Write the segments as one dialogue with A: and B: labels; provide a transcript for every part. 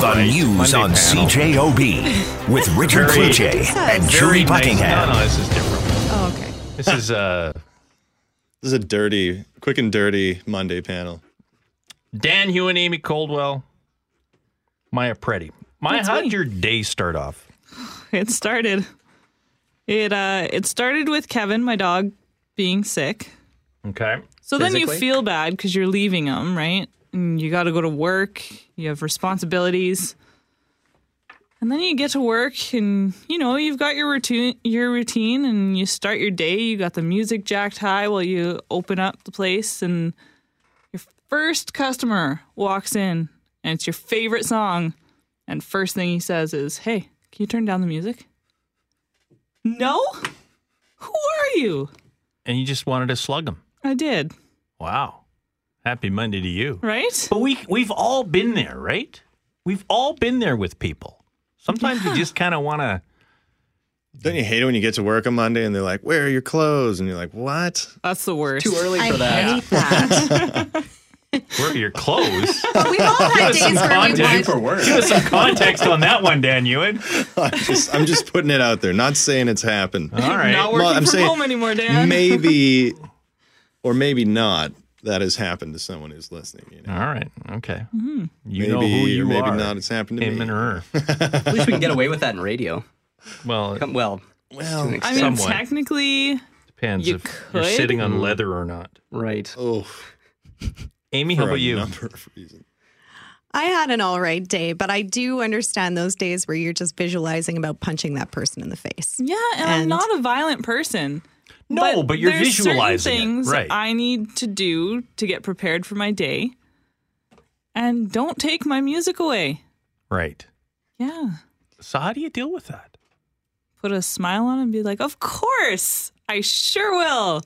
A: The news on CJOB with Richard
B: Very-
A: Kluche and
B: Very
A: Julie
B: nice-
A: Buckingham.
B: No, no, this is different.
C: Oh, okay.
B: This is uh,
D: This is a dirty, quick and dirty Monday panel.
B: Dan Hugh and Amy Coldwell, Maya Pretty. Maya,
C: That's
B: how
C: me.
B: did your day start off?
C: It started. It uh it started with Kevin, my dog, being sick.
B: Okay.
C: So then
E: Physically?
C: you feel bad because you're leaving him, right? And you got to go to work. You have responsibilities. And then you get to work, and you know you've got your routine. Your routine, and you start your day. You got the music jacked high while you open up the place, and your first customer walks in, and it's your favorite song. And first thing he says is, "Hey, can you turn down the music?" No. Who are you?
B: And you just wanted to slug them.
C: I did.
B: Wow. Happy Monday to you.
C: Right.
B: But we we've all been there, right? We've all been there with people. Sometimes you just kind of want to.
D: Don't you hate it when you get to work on Monday and they're like, "Where are your clothes?" and you're like, "What?"
C: That's the worst.
E: Too early
F: I
E: for that.
F: hate that.
B: Where are your clothes?
F: but we've all had days where we
B: context.
F: want
E: For work.
B: Give us some context on that one, Dan Ewan.
D: I'm just, I'm just putting it out there, not saying it's happened.
B: All right.
C: Not working
D: Well, I'm
C: from
D: saying
C: home anymore, Dan.
D: Maybe, or maybe not. That has happened to someone who's listening. You know,
B: all right. Okay. You
D: maybe
B: know who you
D: or maybe
B: are.
D: not. It's happened to
B: Him
D: me.
B: and her.
E: At least we can get away with that in radio.
B: Well,
E: Come- Well,
D: well,
C: I mean,
B: Somewhat.
C: technically,
B: Depends
C: You
B: if you're
C: could.
B: sitting on leather or not.
E: right.
D: oh,
B: Amy,
D: for
B: how
D: a
B: about you?
D: number of reasons.
F: I had an all right day, but I do understand those days where you're just visualizing about punching that person in the face.
C: yeah, and, I'm
F: And-
C: not a violent person.
B: No, but you're
C: there's certain
B: visualizing it,
C: things
B: right.
C: I need to do to get prepared for my day, and don't take my music away.
B: Right.
C: Yeah,
B: So how do you deal with that?
C: put a smile on and be like, "Of course, I sure will,"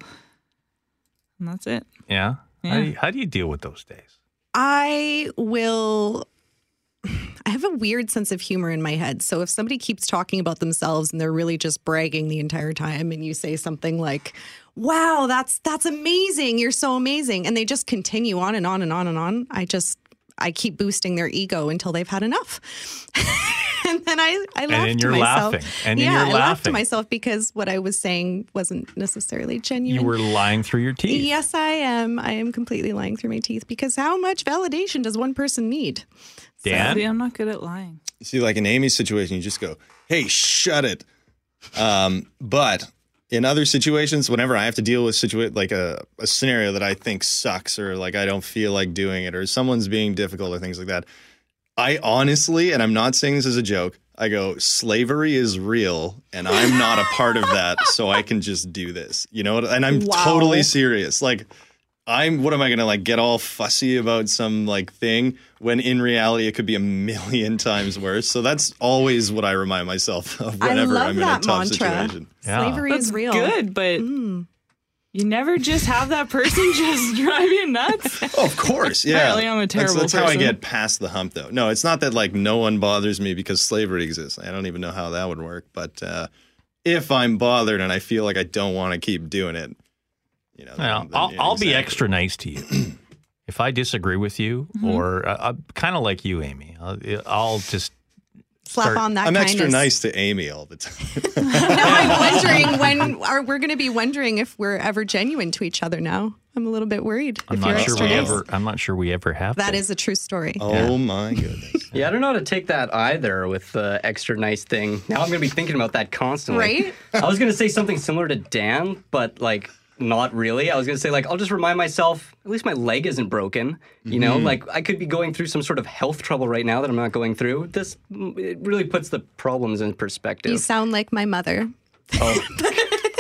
C: and that's it.
B: Yeah. How,
C: Yeah.
B: do you, how do you deal with those days?
F: I will. I have a weird sense of humor in my head. So if somebody keeps talking about themselves and they're really just bragging the entire time and you say something like, "Wow, that's that's amazing. You're so amazing." And they just continue on and on and on and on. I just I keep boosting their ego until they've had enough. and then I I laugh
B: then
F: to
B: you're
F: myself.
B: laughing. And then
F: yeah,
B: you're
F: I laugh to
B: laughing.
F: myself because what I was saying wasn't necessarily genuine.
B: You were lying through your teeth.
F: Yes, I am. I am completely lying through my teeth because how much validation does one person need?
B: Dan?
C: See, I'm not good at lying.
D: See, like in Amy's situation, you just go, "Hey, shut it." Um, but in other situations, whenever I have to deal with situa- like a, a scenario that I think sucks, or like I don't feel like doing it, or someone's being difficult, or things like that, I honestly, and I'm not saying this as a joke, I go, "Slavery is real, and I'm not a part of that, so I can just do this." You know, what- and I'm
F: Wow.
D: totally serious. Like. I'm what am I gonna like get all fussy about some like thing when in reality it could be a million times worse. So that's always what I remind myself of whenever
F: I love
D: I'm in a
F: that
D: tough
F: mantra.
D: situation.
B: Yeah.
F: Slavery
C: That's
F: is real.
C: good, but you never just have that person just drive you nuts.
D: Oh, of course, yeah.
C: Apparently I'm a
D: That's-
C: terrible
D: That's, how I
C: person.
D: get past the hump, though. No, it's not that like no one bothers me because slavery exists. I don't even know how that would work. But uh, if I'm bothered and I feel like I don't want to keep doing it, you know, then-
B: Well,
D: then,
B: I'll,
D: yeah,
B: I'll be
D: exactly.
B: extra nice to you. if I disagree with you, or uh, I'm kind of like you, Amy, I'll, I'll just
F: Slap
B: Start-
F: on that.
D: I'm
F: kindness.
D: extra nice to Amy all the time.
F: Now I'm wondering when are we're going to be wondering if we're ever genuine to each other. Now I'm a little bit worried.
B: I'm
F: if
B: not
F: you're
B: sure
F: extra
B: we
F: nice.
B: ever. I'm not sure we ever have.
F: That
B: to.
F: is a true story.
D: oh my goodness.
E: Yeah, I don't know how to take that either with the extra nice thing. Now I'm going to be thinking about that constantly.
F: Right?
E: I was going to say something similar to Dan, but like not really. I was going to say like I'll just remind myself at least my leg isn't broken, you know?
A: Mm-hmm.
E: Like I could be going through some sort of health trouble right now that I'm not going through. This it really puts the problems in perspective.
F: You sound like my mother.
B: Be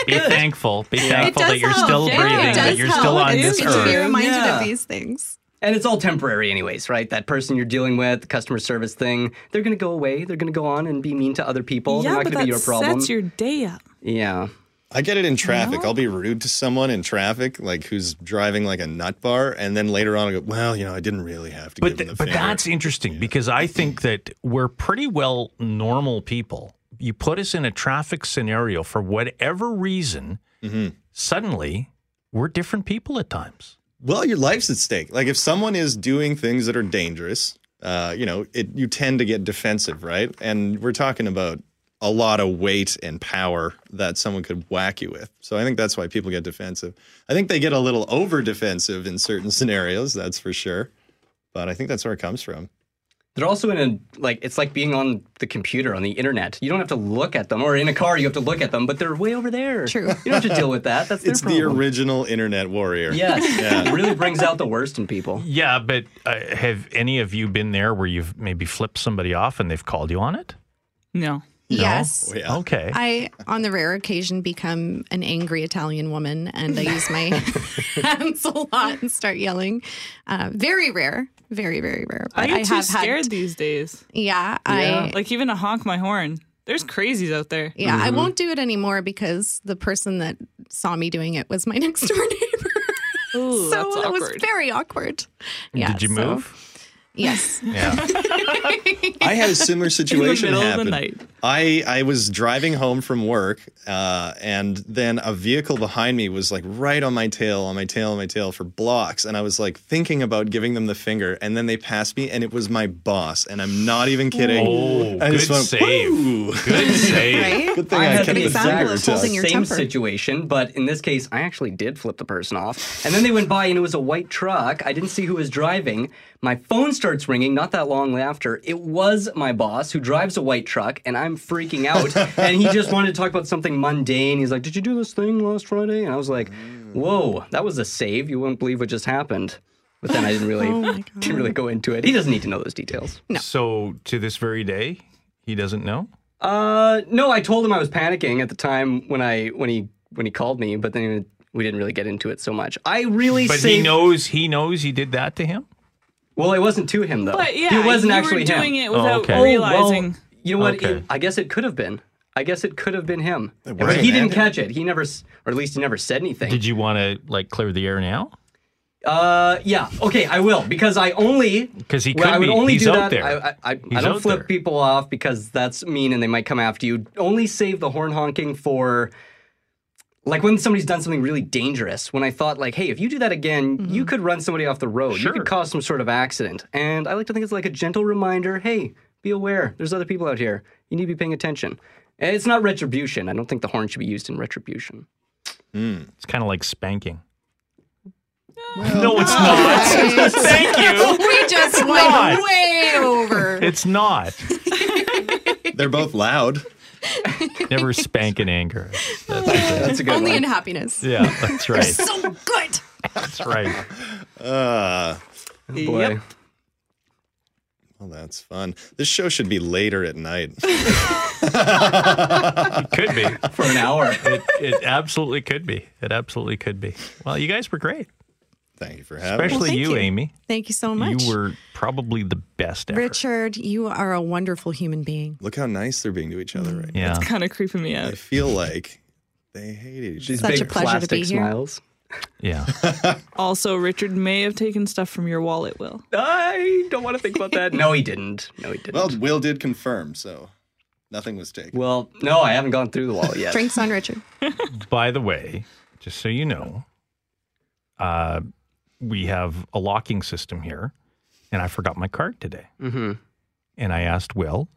B: thankful. Be
F: It
B: thankful
F: does
B: that you're
F: help.
B: still
C: Yeah, it
B: breathing.
F: It
C: does
B: That
F: does
B: you're
F: help.
B: still on
F: It's
B: this
F: good to be
B: earth.
F: reminded
C: Yeah.
F: of these things.
E: And it's all temporary, anyways, right? That person you're dealing with, the customer service thing, they're going to go away. They're going to go on and be mean to other people. they're
C: yeah,
E: not
C: but
E: going to
C: that
E: be your problem.
C: sets your day up.
E: yeah.
D: I get it in traffic. I'll be rude to someone in traffic, like who's driving like a nut bar, and then later on I go, "Well, you know, I didn't really have to
B: But
D: give
B: th-
D: them the
B: but
D: finger."
B: that's interesting because I think that we're pretty well normal people. You put us in a traffic scenario for whatever reason,
F: Mm-hmm.
B: suddenly we're different people at times.
D: well, your life's at stake. Like if someone is doing things that are dangerous, uh, you know, it you tend to get defensive, right? And we're talking about a lot of weight and power that someone could whack you with. So I think that's why people get defensive. I think they get a little over defensive in certain scenarios, that's for sure. But I think that's where it comes from.
E: They're also in a like it's like being on the computer on the internet. You don't have to look at them, or in a car you have to look at them, but they're way over there.
F: True.
E: You don't have to deal with that. That's their
D: It's the
E: problem.
D: original internet warrior.
E: Yes,
D: Yeah.
E: it really brings out the worst in people.
B: Yeah, but uh, have any of you been there where you've maybe flipped somebody off and they've called you on it?
C: No.
F: Yes.
D: Oh, yeah.
B: Okay.
F: I, on the rare occasion, become an angry Italian woman and I use my hands a lot and start yelling. Uh, very rare, very, very rare.
C: I
F: But
C: get too
F: have
C: scared
F: had,
C: these days.
F: yeah, I,
C: Like even to honk my horn. There's crazies out there.
F: yeah, I won't do it anymore because the person that saw me doing it was my next door neighbor.
C: Ooh,
F: so
C: that's
F: it was
C: awkward.
F: very awkward. Yeah,
B: Did you
F: so-
B: move?
F: Yes.
B: Yeah.
D: I had a similar situation
C: middle of
D: happen.
C: the night.
D: I I was driving home from work, uh, and then a vehicle behind me was like right on my tail, on my tail, on my tail for blocks, and I was like thinking about giving them the finger, and then they passed me, and it was my boss, and I'm not even kidding.
B: Oh,
D: I
B: good
D: just went,
B: save.
D: "Woo."
B: Good save.
F: Right?
D: Good thing I,
E: I had
D: kept
E: the
D: the
E: example
D: finger
F: of
D: tucked.
F: holding your
E: Same
F: temper.
E: situation, but in this case, I actually did flip the person off. And then they went by, and it was a white truck. I didn't see who was driving. My phone starts ringing. Not that long after, it was my boss who drives a white truck, and I'm freaking out. and he just wanted to talk about something mundane. He's like, "Did you do this thing last Friday?" And I was like, "Whoa, that was a save. You wouldn't believe what just happened." But then I didn't really didn't really go into it. He doesn't need to know those details.
B: So to this very day, he doesn't know.
E: Uh, no, I told him I was panicking at the time when I when he when he called me, but then we didn't really get into it so much. I really
B: But
E: saved,
B: he knows. He knows he did that to him.
E: Well, it wasn't to him though.
C: But yeah,
E: it wasn't
C: you
E: actually
C: were doing
E: him.
C: it without
B: okay. Oh, well,
C: realizing.
E: Well, you know what?
B: Okay.
E: It- I guess it could have been. I guess it could have been him. But
D: wasn't
E: he didn't
D: him.
E: catch it. He never, s- or at least he never said anything.
B: Did you want to like clear the air now?
E: Uh, yeah. Okay, I will because I only
B: 'Cause he
E: well,
B: could
E: I would
B: be.
E: only
B: He's
E: do
B: out
E: that.
B: there.
E: I, I, I, I
B: He's
E: don't
B: out
E: flip
B: there.
E: people off because that's mean and they might come after you. Only save the horn honking for. Like when somebody's done something really dangerous, when I thought like, "Hey, if you do that again, you could run somebody off the road. You
B: Sure.
E: could cause some sort of accident." And I like to think it's like a gentle reminder, "Hey, be aware. There's other people out here. You need to be paying attention." And it's not retribution. I don't think the horn should be used in retribution.
B: It's kind of like spanking. no, it's not. Thank you.
F: We just
B: not.
F: went way over.
B: It's not.
D: They're both loud.
B: Never spank in anger. That's the thing.
E: That's a good
F: Only
E: one.
F: in happiness.
B: yeah, that's right.
F: So good.
B: That's right.
D: Uh,
E: Boy.
C: Yep.
D: well, that's fun. This show should be later at night.
B: It could be.
E: for an hour.
B: It, it absolutely could be. It absolutely could be. Well, you guys were great,
D: Thank you for having me.
B: especially
F: thank
B: you,
F: you.
B: Amy.
F: Thank you so much.
B: You were probably the best ever.
F: Richard, you are a wonderful human being.
D: Look how nice they're being to each other right
B: Yeah.
C: It's kind of creeping me
D: now. I
C: out.
D: feel like they hate each other.
E: These
F: Such
E: big
F: a pleasure to
E: plastic
F: be here.
E: smiles.
B: Yeah.
C: Also, Richard may have taken stuff from your wallet, Will.
E: I don't want to think about that. no, he didn't. No, he didn't.
D: Well,
E: Well,
D: Will did confirm, so nothing was taken.
E: no, I haven't gone through the wall yet.
F: Drinks on Richard.
B: By the way, just so you know, uh, we have a locking system here, and I forgot my card today.
E: Mhm.
B: And I asked Will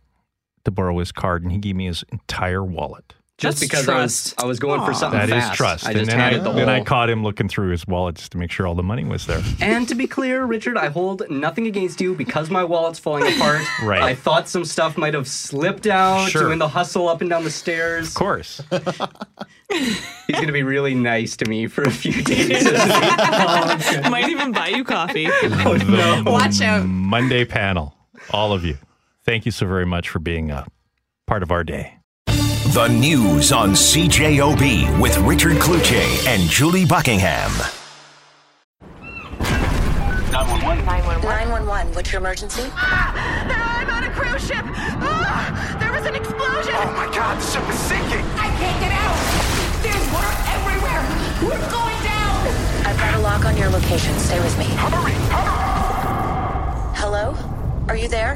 B: to borrow his card, and he gave me his entire wallet.
E: Just
C: That's
E: because
C: trust.
E: I was I was going for something
B: That is
E: Oh, fast.
B: trust.
E: I
B: and
E: just
B: then I,
E: handed the
B: then I
E: whole.
B: caught him looking through his wallet just to make sure all the money was there.
E: and to be clear, Richard, I hold nothing against you because my wallet's falling apart.
B: Right.
E: I thought some stuff might have slipped out
B: Sure.
E: doing the hustle up and down the stairs.
B: Of course.
E: He's gonna be really nice to me for a few days. Oh, okay.
C: Might even buy you coffee.
B: The
F: Watch out.
B: Monday panel, all of you. Thank you so very much for being a part of our day.
A: The news on CJOB with Richard Kluche and Julie Buckingham.
G: 911, what's your emergency?
H: Ah! I'm on a cruise ship. Ah, there was an explosion.
I: Oh my god, the ship is sinking!
H: I can't get out. There's water everywhere. We're going down.
G: I've got a lock on your location. Stay with me.
I: Hurry! Hurry!
G: Hello? Are you there?